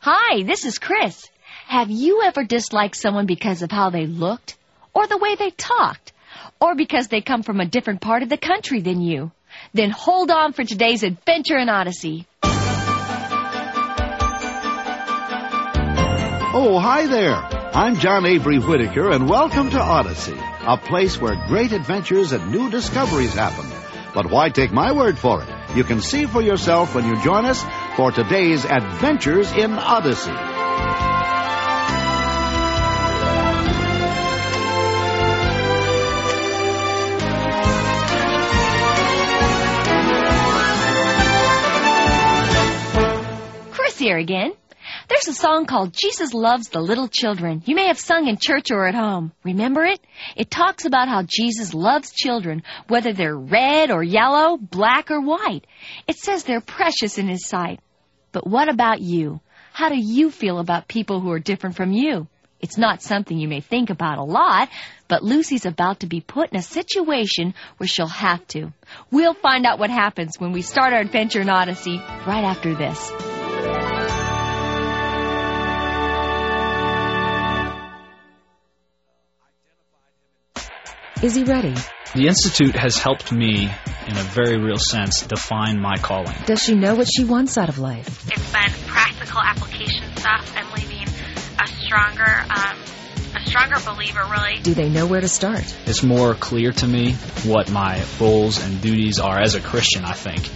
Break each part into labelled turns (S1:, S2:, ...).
S1: Hi, this is Chris. Have you ever disliked someone because of how they looked, or the way they talked, or because they come from a different part of the country than you? Then hold on for today's adventure in Odyssey.
S2: Oh, hi there. I'm John Avery Whitaker, and welcome to Odyssey, a place where great adventures and new discoveries happen. But why take my word for it? You can see for yourself when you join us for today's Adventures in Odyssey.
S1: Chris here again. There's a song called Jesus Loves the Little Children. You may have sung in church or at home. Remember it? It talks about how Jesus loves children, whether they're red or yellow, black or white. It says they're precious in His sight. But what about you? How do you feel about people who are different from you? It's not something you may think about a lot, but Lucy's about to be put in a situation where she'll have to. We'll find out what happens when we start our adventure in Odyssey right after this.
S3: Is he ready?
S4: The Institute has helped me, in a very real sense, define my calling.
S3: Does she know what she wants out of life?
S5: It's been practical application stuff and leaving a stronger, um, a stronger believer, really.
S3: Do they know where to start?
S4: It's more clear to me what my roles and duties are as a Christian, I think,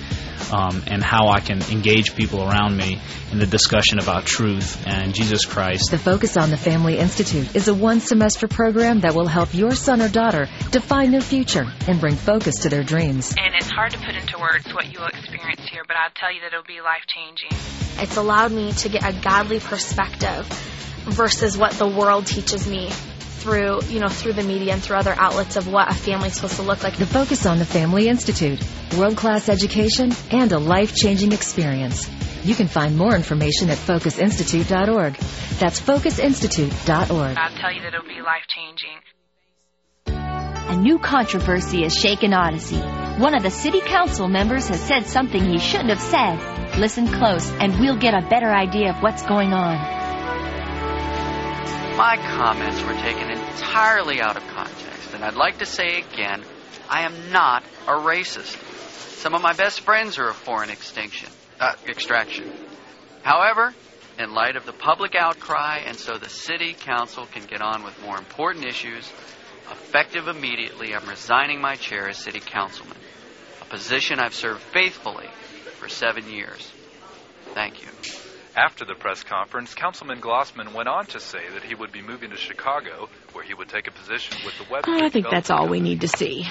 S4: um, and how I can engage people around me in the discussion about truth and Jesus Christ.
S3: The Focus on the Family Institute is a one semester program that will help your son or daughter define their future and bring focus to their dreams.
S5: And it's hard to put into words what you'll experience here, but I'll tell you that it'll be life changing.
S6: It's allowed me to get a godly perspective versus what the world teaches me through, you know, through the media and through other outlets of what a family's supposed to look like.
S3: The Focus on the Family Institute, world class education, and a life changing experience. You can find more information at focusinstitute.org. That's focusinstitute.org.
S5: I'll tell you that it'll be life changing.
S1: A new controversy has shaken Odyssey. One of the city council members has said something he shouldn't have said. Listen close, and we'll get a better idea of what's going on.
S7: My comments were taken entirely out of context, and I'd like to say again I am not a racist. Some of my best friends are of foreign extinction, uh, extraction. However, in light of the public outcry, and so the city council can get on with more important issues, effective immediately, I'm resigning my chair as city councilman, a position I've served faithfully for seven years. Thank you.
S8: After the press conference, Councilman Glossman went on to say that he would be moving to Chicago, where he would take a position with the Webster.
S9: I think that's all we need to see.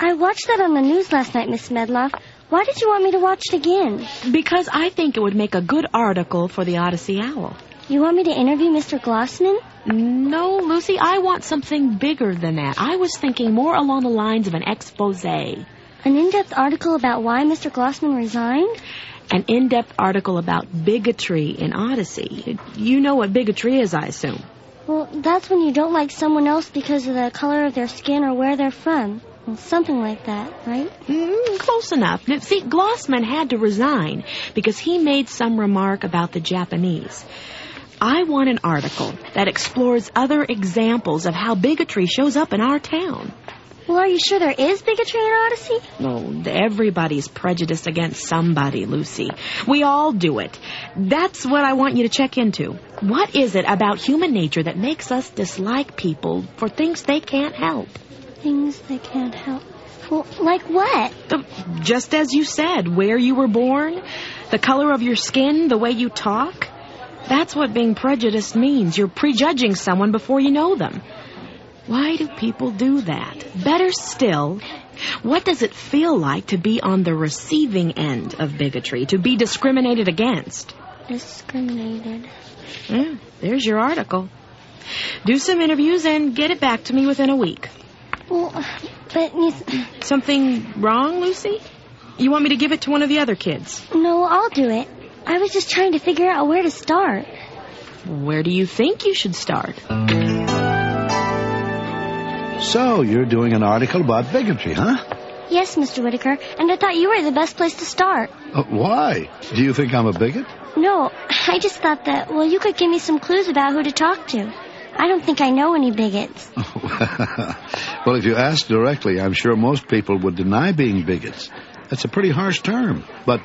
S10: I watched that on the news last night, Miss Medlock. Why did you want me to watch it again?
S9: Because I think it would make a good article for the Odyssey Owl.
S10: You want me to interview Mr. Glossman?
S9: No, Lucy, I want something bigger than that. I was thinking more along the lines of an expose.
S10: An in-depth article about why Mr. Glossman resigned?
S9: An in depth article about bigotry in Odyssey. You know what bigotry is, I assume.
S10: Well, that's when you don't like someone else because of the color of their skin or where they're from. Well, something like that, right?
S9: Mm, close enough. Now, see, Glossman had to resign because he made some remark about the Japanese. I want an article that explores other examples of how bigotry shows up in our town.
S10: Well, are you sure there is bigotry in Odyssey?
S9: No, Oh, everybody's prejudiced against somebody, Lucy. We all do it. That's what I want you to check into. What is it about human nature that makes us dislike people for things they can't help?
S10: Things they can't help. Well, like what?
S9: Just as you said, where you were born, the color of your skin, the way you talk. That's what being prejudiced means. You're prejudging someone before you know them. Why do people do that? Better still, what does it feel like to be on the receiving end of bigotry, to be discriminated against?
S10: Discriminated.
S9: Yeah, there's your article. Do some interviews and get it back to me within a week.
S10: Well, but you...
S9: Something wrong, Lucy? You want me to give it to one of the other kids?
S10: No, I'll do it. I was just trying to figure out where to start.
S9: Where do you think you should start?
S2: So, you're doing an article about bigotry, huh?
S10: Yes, Mr. Whitaker, and I thought you were the best place to start.
S2: Uh, why? Do you think I'm a bigot?
S10: No, I just thought that, well, you could give me some clues about who to talk to. I don't think I know any bigots.
S2: well, if you ask directly, I'm sure most people would deny being bigots. That's a pretty harsh term, but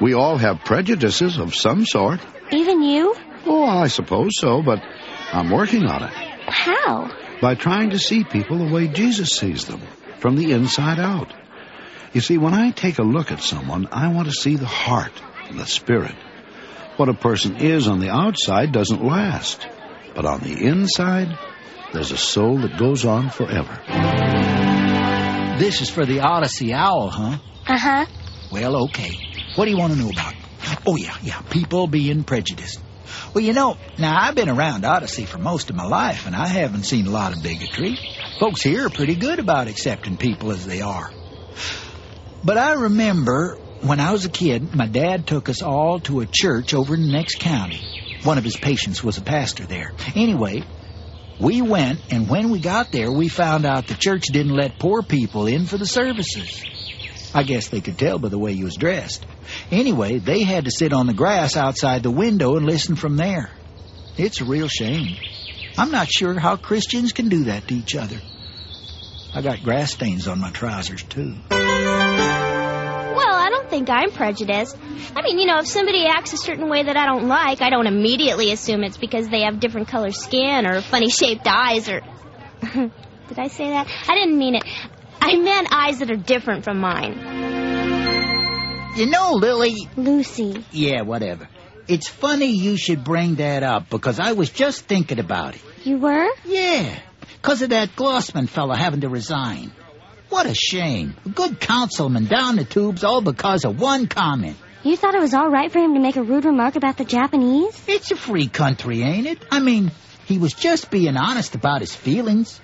S2: we all have prejudices of some sort.
S10: Even you?
S2: Oh, I suppose so, but I'm working on it
S10: How?
S2: by trying to see people the way Jesus sees them, from the inside out. You see, when I take a look at someone, I want to see the heart and the spirit. What a person is on the outside doesn't last, but on the inside, there's a soul that goes on forever.
S11: This is for the Odyssey Owl, huh?
S10: Uh huh.
S11: Well, okay. What do you want to know about? Oh, yeah, yeah. People being prejudiced. Well, you know, now I've been around Odyssey for most of my life, and I haven't seen a lot of bigotry. Folks here are pretty good about accepting people as they are. But I remember when I was a kid, my dad took us all to a church over in the next county. One of his patients was a pastor there. Anyway, we went, and when we got there, we found out the church didn't let poor people in for the services. I guess they could tell by the way he was dressed. Anyway, they had to sit on the grass outside the window and listen from there. It's a real shame. I'm not sure how Christians can do that to each other. I got grass stains on my trousers, too.
S12: Well, I don't think I'm prejudiced. I mean, you know, if somebody acts a certain way that I don't like, I don't immediately assume it's because they have different color skin or funny shaped eyes or. Did I say that? I didn't mean it. I meant eyes that are different from mine.
S11: You know, Lily.
S10: Lucy.
S11: Yeah, whatever. It's funny you should bring that up because I was just thinking about it.
S10: You were?
S11: Yeah, because of that Glossman fella having to resign. What a shame. A good councilman down the tubes all because of one comment.
S10: You thought it was all right for him to make a rude remark about the Japanese?
S11: It's a free country, ain't it? I mean, he was just being honest about his feelings.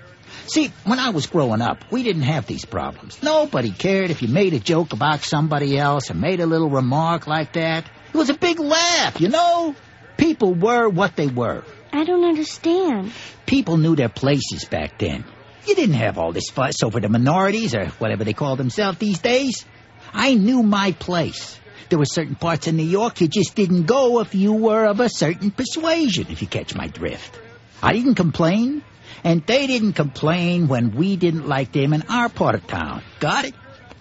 S11: See, when I was growing up, we didn't have these problems. Nobody cared if you made a joke about somebody else or made a little remark like that. It was a big laugh, you know? People were what they were.
S10: I don't understand.
S11: People knew their places back then. You didn't have all this fuss over the minorities or whatever they call themselves these days. I knew my place. There were certain parts of New York you just didn't go if you were of a certain persuasion, if you catch my drift. I didn't complain, and they didn't complain when we didn't like them in our part of town. Got it?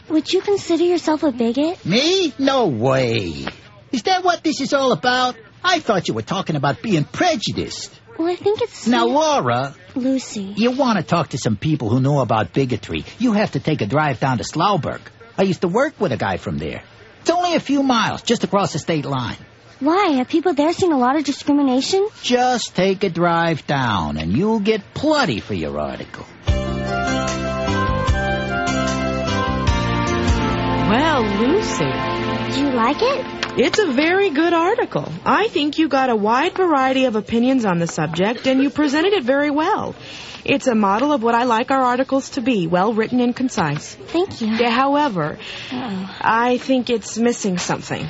S10: Would you consider yourself a bigot?
S11: Me? No way. Is that what this is all about? I thought you were talking about being prejudiced.
S10: Well, I think it's.
S11: Now, Laura,
S10: Lucy.
S11: you want to talk to some people who know about bigotry. You have to take a drive down to Slauberg. I used to work with a guy from there. It's only a few miles, just across the state line.
S10: Why? Have people there seen a lot of discrimination?
S11: Just take a drive down, and you'll get plenty for your article.
S9: Well, Lucy,
S10: Do you like it?
S9: it's a very good article. I think you got a wide variety of opinions on the subject, and you presented it very well. It's a model of what I like our articles to be, well written and concise.
S10: Thank you.
S9: Yeah, however,
S10: Uh-oh.
S9: I think it's missing something.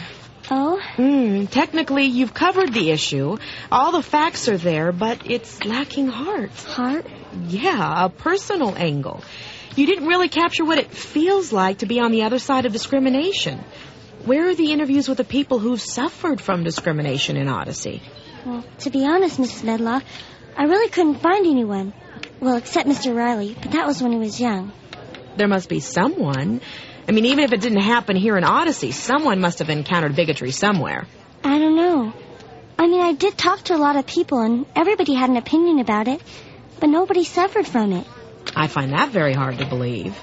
S10: Oh?
S9: Mm, technically, you've covered the issue. All the facts are there, but it's lacking heart.
S10: Heart?
S9: Yeah, a personal angle. You didn't really capture what it feels like to be on the other side of discrimination. Where are the interviews with the people who've suffered from discrimination in Odyssey?
S10: Well, to be honest, Mrs. Ledlock, I really couldn't find anyone. Well, except Mr. Riley, but that was when he was young.
S9: There must be someone. I mean, even if it didn't happen here in Odyssey, someone must have encountered bigotry somewhere.
S10: I don't know. I mean, I did talk to a lot of people, and everybody had an opinion about it, but nobody suffered from it.
S9: I find that very hard to believe.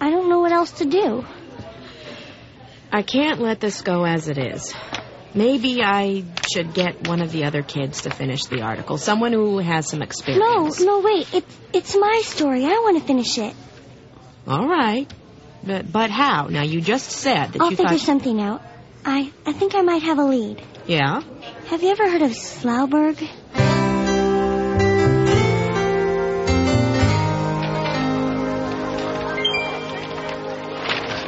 S10: I don't know what else to do.
S9: I can't let this go as it is. Maybe I should get one of the other kids to finish the article, someone who has some
S10: No,
S9: experience.
S10: no, wait. It's it's my story. I want to finish it.
S9: All right. But, but how? Now, you just said that
S10: I'll
S9: you
S10: figure
S9: thought.
S10: something out. I I think I might have a lead.
S9: Yeah?
S10: Have you ever heard of Slauberg?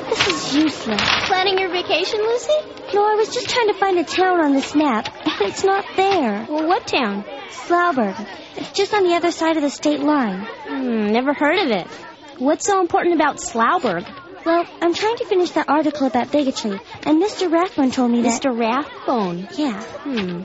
S10: This is useless.
S12: Planning your vacation, Lucy?
S10: No, I was just trying to find a town on this map, and it's not there.
S12: Well, what town?
S10: Slauberg. It's just on the other side of the state line.
S12: Hmm, never heard of it. What's so important about Slauberg?
S10: Well, I'm trying to finish that article about bigotry, and Mr. Rathbone told me that. Mr. Rathbone? Yeah. Hmm.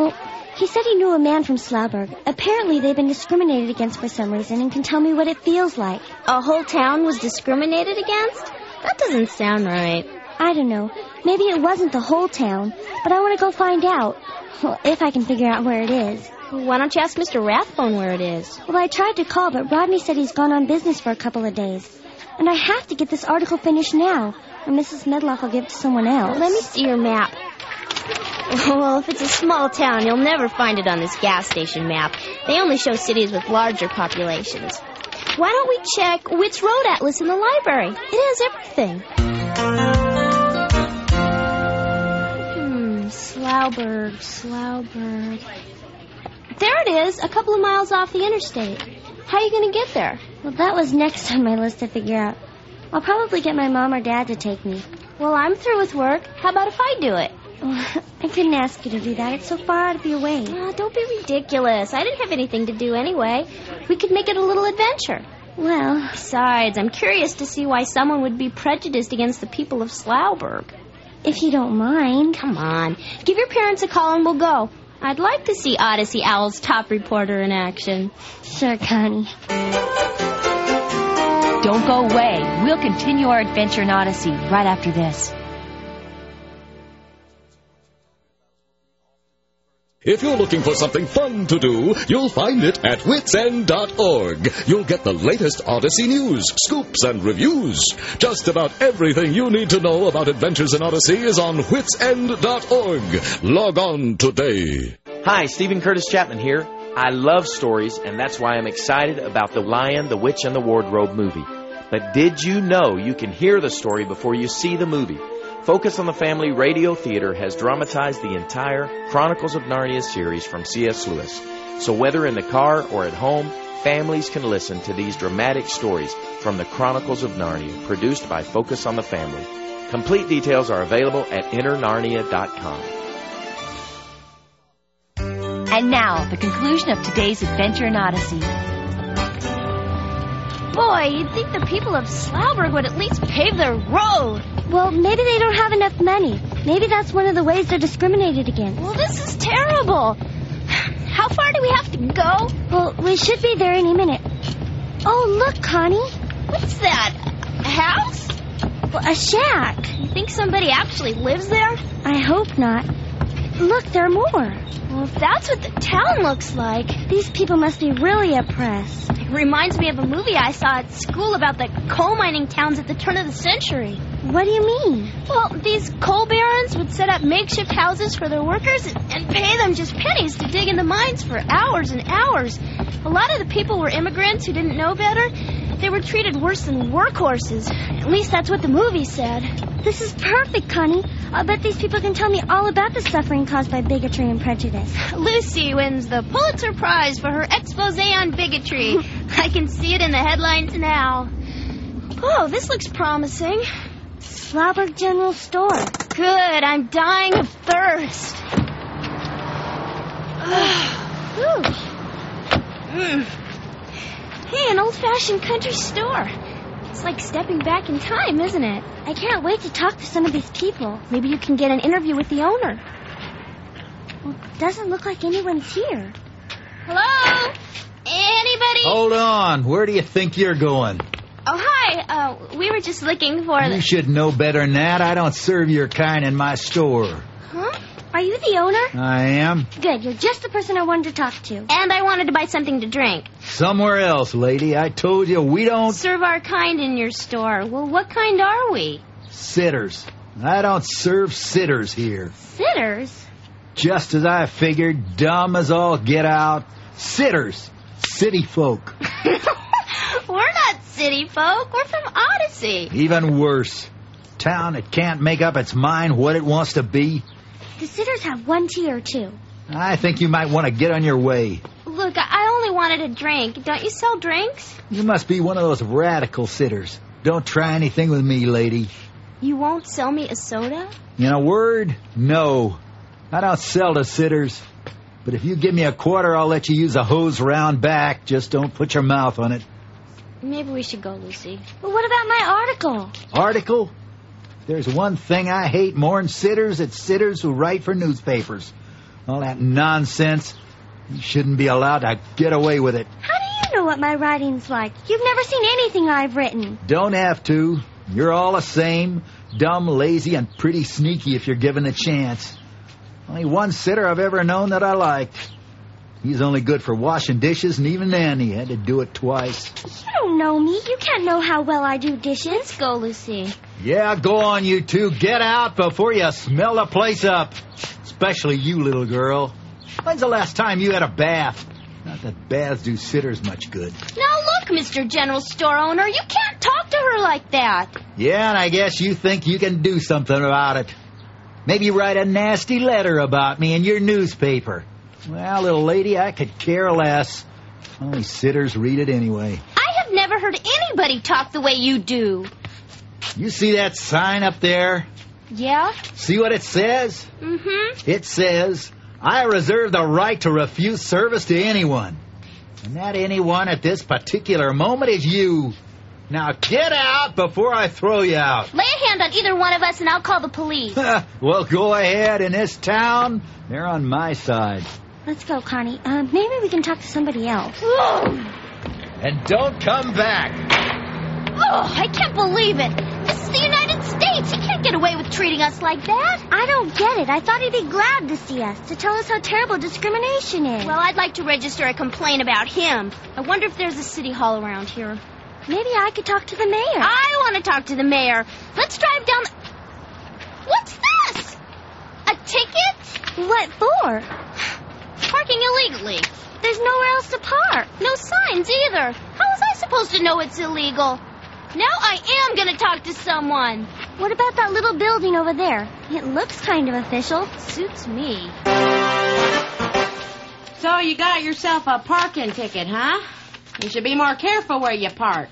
S10: Well, he said he knew a man from Slauburg. Apparently, they've been discriminated against for some reason and can tell me what it feels like.
S9: A whole town was discriminated against? That doesn't sound right.
S10: I don't know. Maybe it wasn't the whole town, but I want to go find out. Well, if I can figure out where it is.
S9: Why don't you ask Mr. Rathbone where it is?
S10: Well, I tried to call, but Rodney said he's gone on business for a couple of days. And I have to get this article finished now, or Mrs. Medlock will give it to someone else.
S9: Let me see your map. Well, if it's a small town, you'll never find it on this gas station map. They only show cities with larger populations. Why don't we check Witt's Road Atlas in the library? It has everything. Hmm, Slauberg, Slauberg. There it is, a couple of miles off the interstate. How are you going to get there?
S10: Well, that was next on my list to figure out. I'll probably get my mom or dad to take me.
S9: Well, I'm through with work. How about if I do it?
S10: Oh, I couldn't ask you to do that. It's so far out of your way.
S9: Oh, don't be ridiculous. I didn't have anything to do anyway. We could make it a little adventure.
S10: Well.
S9: Besides, I'm curious to see why someone would be prejudiced against the people of Slauberg.
S10: If you don't mind.
S9: Come on. Give your parents a call and we'll go. I'd like to see Odyssey Owl's top reporter in action.
S10: Sure, Connie.
S1: Don't go away. We'll continue our adventure in Odyssey right after this.
S13: If you're looking for something fun to do, you'll find it at witsend.org. You'll get the latest Odyssey news, scoops, and reviews. Just about everything you need to know about adventures in Odyssey is on witsend.org. Log on today.
S14: Hi, Stephen Curtis Chapman here. I love stories, and that's why I'm excited about The Lion, the Witch, and the Wardrobe movie. But did you know you can hear the story before you see the movie? Focus on the Family Radio Theater has dramatized the entire Chronicles of Narnia series from C.S. Lewis. So whether in the car or at home, families can listen to these dramatic stories from the Chronicles of Narnia, produced by Focus on the Family. Complete details are available at internarnia.com.
S1: And now, the conclusion of today's adventure in Odyssey.
S9: Boy, you'd think the people of Slauberg would at least pave their road.
S10: Well, maybe they don't have enough money. Maybe that's one of the ways they're discriminated against.
S9: Well, this is terrible. How far do we have to go?
S10: Well, we should be there any minute. Oh, look, Connie.
S9: What's that? A house?
S10: Well, a shack.
S9: You think somebody actually lives there?
S10: I hope not. Look, there are more.
S9: Well, if that's what the town looks like,
S10: these people must be really oppressed.
S9: It reminds me of a movie I saw at school about the coal mining towns at the turn of the century.
S10: What do you mean?
S9: Well, these coal barons would set up makeshift houses for their workers and, and pay them just pennies to dig in the mines for hours and hours. A lot of the people were immigrants who didn't know better. They were treated worse than workhorses. At least that's what the movie said.
S10: This is perfect, Connie. I'll bet these people can tell me all about the suffering caused by bigotry and prejudice.
S9: Lucy wins the Pulitzer Prize for her expose on bigotry. I can see it in the headlines now. Oh, this looks promising.
S10: Slauberg General Store.
S9: Good, I'm dying of thirst. mm. Hey, an old fashioned country store. It's like stepping back in time, isn't it?
S10: I can't wait to talk to some of these people.
S9: Maybe you can get an interview with the owner.
S10: Well, doesn't look like anyone's here.
S9: Hello? Anybody?
S2: Hold on. Where do you think you're going?
S9: Oh, hi. Uh, we were just looking for the...
S2: You should know better than that. I don't serve your kind in my store.
S10: Huh? Are you the owner?
S2: I am.
S10: Good. You're just the person I wanted to talk to.
S9: And I wanted to buy something to drink.
S2: Somewhere else, lady. I told you we don't
S9: serve our kind in your store. Well, what kind are we?
S2: Sitters. I don't serve sitters here.
S9: Sitters?
S2: Just as I figured, dumb as all get out. Sitters. City folk.
S9: We're not city folk. We're from Odyssey.
S2: Even worse. Town that can't make up its mind what it wants to be.
S10: The sitters have one tea or two.
S2: I think you might want to get on your way.
S9: Look, I only wanted a drink. Don't you sell drinks?
S2: You must be one of those radical sitters. Don't try anything with me, lady.
S9: You won't sell me a soda?
S2: In a word, no. I don't sell to sitters. But if you give me a quarter, I'll let you use a hose round back. Just don't put your mouth on it.
S15: Maybe we should go, Lucy. But what about my article?
S2: Article? If there's one thing I hate more'n sitters, it's sitters who write for newspapers. All that nonsense. You shouldn't be allowed to get away with it.
S15: How do you know what my writing's like? You've never seen anything I've written.
S2: Don't have to. You're all the same. Dumb, lazy, and pretty sneaky if you're given a chance. Only one sitter I've ever known that I liked. He's only good for washing dishes, and even then he had to do it twice.
S15: You don't know me. You can't know how well I do dishes. Let's go, Lucy.
S2: Yeah, go on, you two. Get out before you smell the place up. Especially you, little girl. When's the last time you had a bath? Not that baths do sitters much good.
S10: Now look, Mr. General Store Owner, you can't talk to her like that.
S2: Yeah, and I guess you think you can do something about it. Maybe write a nasty letter about me in your newspaper. Well, little lady, I could care less. Only sitters read it anyway.
S10: I have never heard anybody talk the way you do.
S2: You see that sign up there?
S10: Yeah?
S2: See what it says?
S10: Mm-hmm.
S2: It says, I reserve the right to refuse service to anyone. And that anyone at this particular moment is you. Now get out before I throw you out.
S10: Lay a hand on either one of us and I'll call the police.
S2: well, go ahead. In this town, they're on my side.
S15: Let's go, Connie. Uh, maybe we can talk to somebody else.
S2: And don't come back.
S10: Oh, I can't believe it. This is the United States. He can't get away with treating us like that.
S15: I don't get it. I thought he'd be glad to see us, to tell us how terrible discrimination is.
S10: Well, I'd like to register a complaint about him. I wonder if there's a city hall around here.
S15: maybe I could talk to the mayor.
S10: I want to talk to the mayor. Let's drive down. The... What's this? A ticket?
S15: What for?
S10: Parking illegally.
S15: There's nowhere else to park.
S10: No signs either. How was I supposed to know it's illegal? Now I am going to talk to someone.
S15: What about that little building over there? It looks kind of official.
S10: Suits me.
S1: So you got yourself a parking ticket, huh? You should be more careful where you park.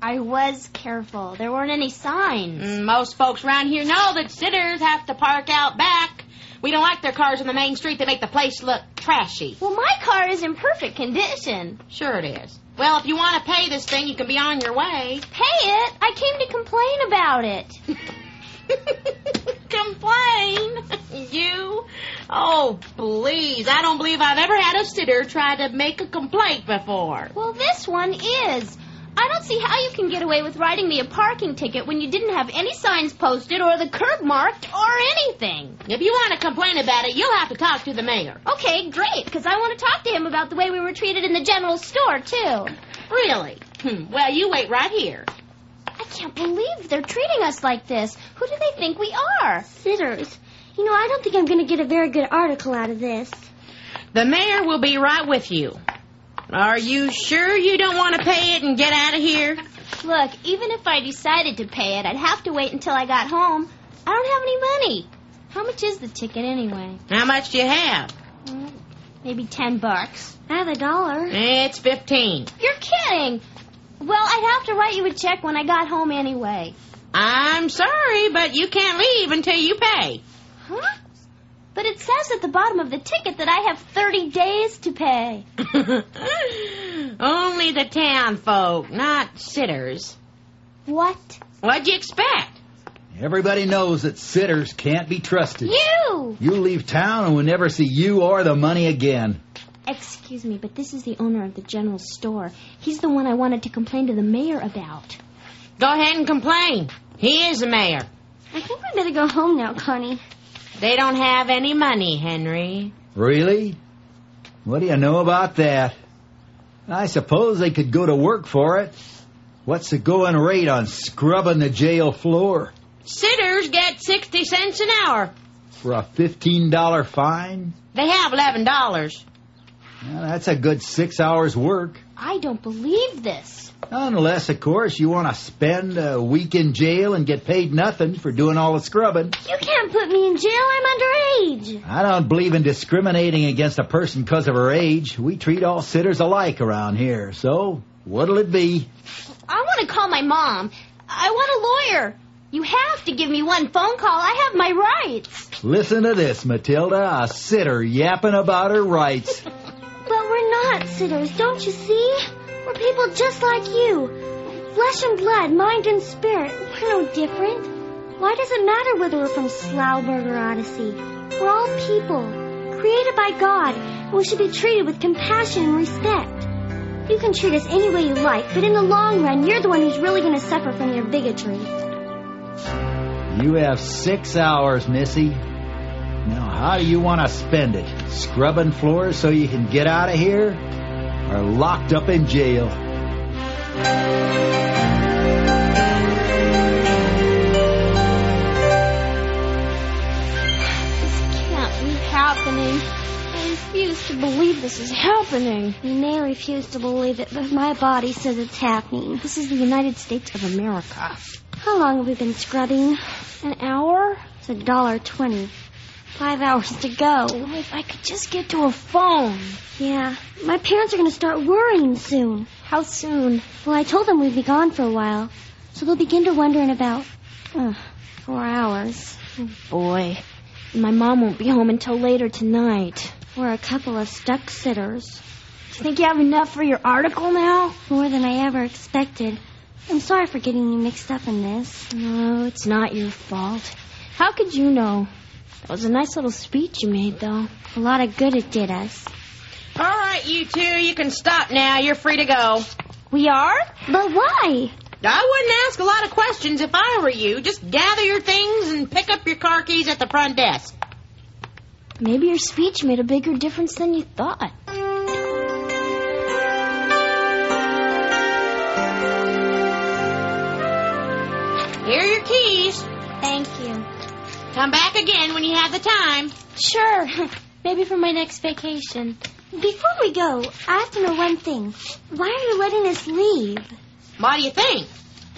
S10: I was careful. There weren't any signs.
S1: Mm, Most folks around here know that sitters have to park out back. We don't like their cars on the main street. They make the place look trashy.
S10: Well, my car is in perfect condition.
S1: Sure it is. Well, if you want to pay this thing, you can be on your way.
S10: Pay it. I came to complain about it.
S1: complain? you? Oh, please. I don't believe I've ever had a sitter try to make a complaint before.
S10: Well, this one is. I don't see how you can get away with writing me a parking ticket when you didn't have any signs posted or the curb marked or anything.
S1: If you want to complain about it, you'll have to talk to the mayor.
S10: Okay, great, because I want to talk to him about the way we were treated in the general store, too.
S1: Really? Hmm. Well, you wait right here.
S10: I can't believe they're treating us like this. Who do they think we are?
S15: Sitters. You know, I don't think I'm going to get a very good article out of this.
S1: The mayor will be right with you. Are you sure you don't want to pay it and get out of here?
S10: Look, even if I decided to pay it, I'd have to wait until I got home. I don't have any money. How much is the ticket anyway? Mm,
S1: How much do you have?
S10: Maybe ten bucks.
S15: I have a dollar.
S1: It's fifteen.
S10: You're kidding. Well, I'd have to write you a check when I got home anyway.
S1: I'm sorry, but you can't leave until you pay.
S10: Huh? But it says at the bottom of the ticket that I have 30 days to pay.
S1: Only the town folk, not sitters.
S10: What?
S1: What'd you expect?
S2: Everybody knows that sitters can't be trusted.
S10: You!
S2: You leave town and we'll never see you or the money again.
S15: Excuse me, but this is the owner of the general store. He's the one I wanted to complain to the mayor about.
S1: Go ahead and complain. He is the mayor.
S15: I think we better go home now, Connie.
S1: They don't have any money, Henry.
S2: Really? What do you know about that? I suppose they could go to work for it. What's the going rate on scrubbing the jail floor?
S1: Sitters get 60 cents an hour.
S2: For a $15 fine?
S1: They have $11.
S2: Well, that's a good six hours' work.
S10: I don't believe this.
S2: Unless, of course, you want to spend a week in jail and get paid nothing for doing all the scrubbing.
S15: You can't put me in jail. I'm underage.
S2: I don't believe in discriminating against a person because of her age. We treat all sitters alike around here, so what'll it be?
S10: I want to call my mom. I want a lawyer. You have to give me one phone call. I have my rights.
S2: Listen to this, Matilda, a sitter yapping about her rights.
S15: But we're not sitters, don't you see?
S10: We're people just like you. Flesh and blood, mind and spirit. We're no different. Why does it matter whether we're from Slauberg or Odyssey? We're all people, created by God, and we should be treated with compassion and respect. You can treat us any way you like, but in the long run, you're the one who's really going to suffer from your bigotry.
S16: You have six hours, Missy. Now, how do you want to spend it? Scrubbing floors so you can get out of here? Or locked up in jail?
S12: Can't be happening.
S10: I refuse to believe this is happening. You may refuse to believe it, but my body says it's happening. This is the United States of America. How long have we been scrubbing? An hour? It's a dollar twenty. Five hours to go. If I could just get to a phone. Yeah. My parents are going to start worrying soon. How soon? Well, I told them we'd be gone for a while. So they'll begin to wonder in about uh, four hours.
S12: Boy, my mom won't be home until later tonight.
S10: We're a couple of stuck sitters.
S12: Do you think you have enough for your article now?
S10: More than I ever expected. I'm sorry for getting you mixed up in this.
S12: No, it's not your fault. How could you know? That was a nice little speech you made, though.
S10: A lot of good it did us.
S17: All right, you two, you can stop now. You're free to go.
S12: We are?
S10: But why?
S17: I wouldn't ask a lot of questions if I were you. Just gather your things and pick up your car keys at the front desk.
S12: Maybe your speech made a bigger difference than you thought.
S17: Here are your keys.
S10: Thank you.
S17: Come back again when you have the time.
S10: Sure.
S12: Maybe for my next vacation.
S10: Before we go, I have to know one thing. Why are you letting us leave?
S17: Why do you think?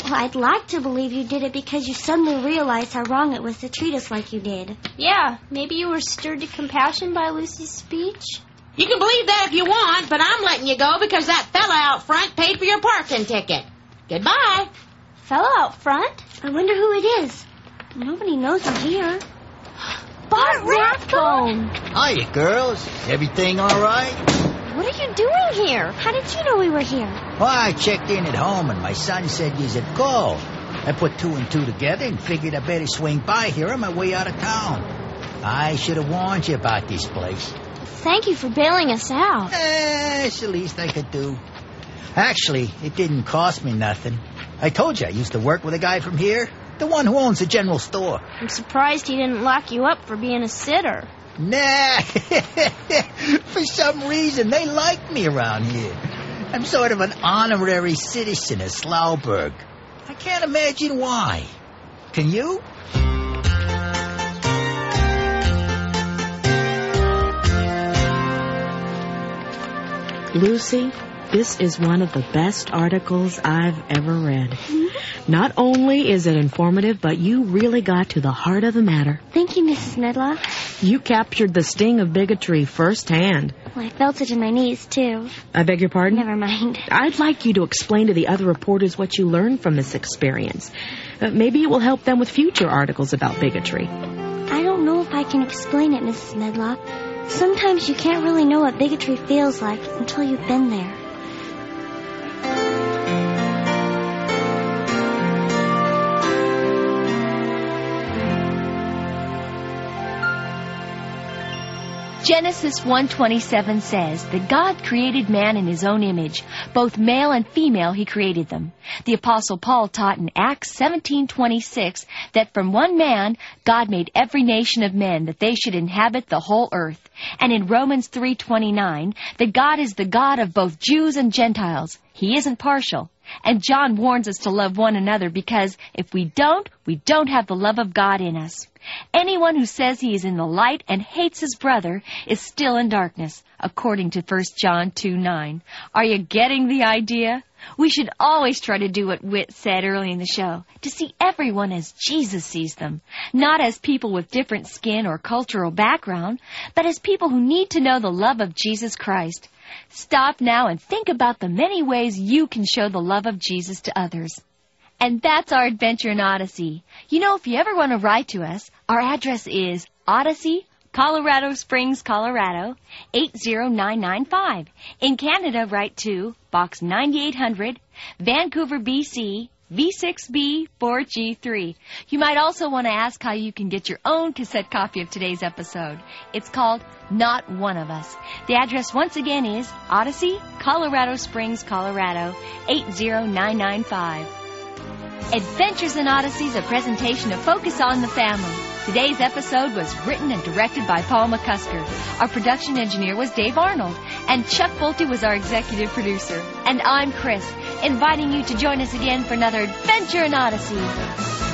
S10: Well, I'd like to believe you did it because you suddenly realized how wrong it was to treat us like you did.
S12: Yeah, maybe you were stirred to compassion by Lucy's speech.
S17: You can believe that if you want, but I'm letting you go because that fella out front paid for your parking ticket. Goodbye.
S12: Fellow out front?
S10: I wonder who it is. Nobody knows I'm here. Bart Rathbone!
S18: Hiya, girls. Everything all right?
S10: What are you doing here? How did you know we were here?
S18: Well, I checked in at home, and my son said you had called. I put two and two together and figured I better swing by here on my way out of town. I should have warned you about this place.
S12: Thank you for bailing us out.
S18: Eh, it's the least I could do. Actually, it didn't cost me nothing. I told you I used to work with a guy from here, the one who owns the general store.
S12: I'm surprised he didn't lock you up for being a sitter.
S18: Nah, for some reason they like me around here. I'm sort of an honorary citizen of Slauberg. I can't imagine why. Can you?
S9: Lucy, this is one of the best articles I've ever read. Not only is it informative, but you really got to the heart of the matter.
S10: Thank you, Mrs. Medlock.
S9: You captured the sting of bigotry firsthand.
S10: Well, I felt it in my knees, too.
S9: I beg your pardon?
S10: Never mind.
S9: I'd like you to explain to the other reporters what you learned from this experience. Uh, maybe it will help them with future articles about bigotry.
S10: I don't know if I can explain it, Mrs. Medlock. Sometimes you can't really know what bigotry feels like until you've been there.
S1: Genesis 1:27 says that God created man in his own image, both male and female he created them. The apostle Paul taught in Acts 17:26 that from one man God made every nation of men that they should inhabit the whole earth. And in Romans 3:29 that God is the God of both Jews and Gentiles. He isn't partial. And John warns us to love one another because if we don't, we don't have the love of God in us. Anyone who says he is in the light and hates his brother is still in darkness, according to 1 John 2 9. Are you getting the idea? We should always try to do what Witt said early in the show, to see everyone as Jesus sees them, not as people with different skin or cultural background, but as people who need to know the love of Jesus Christ. Stop now and think about the many ways you can show the love of Jesus to others. And that's our adventure in Odyssey. You know, if you ever want to write to us, our address is Odyssey, Colorado Springs, Colorado 80995. In Canada, write to Box 9800, Vancouver, BC V6B4G3. You might also want to ask how you can get your own cassette copy of today's episode. It's called Not One of Us. The address once again is Odyssey, Colorado Springs, Colorado 80995. Adventures in Odyssey is a presentation of Focus on the Family. Today's episode was written and directed by Paul McCusker. Our production engineer was Dave Arnold, and Chuck Bolte was our executive producer. And I'm Chris, inviting you to join us again for another Adventure in Odyssey.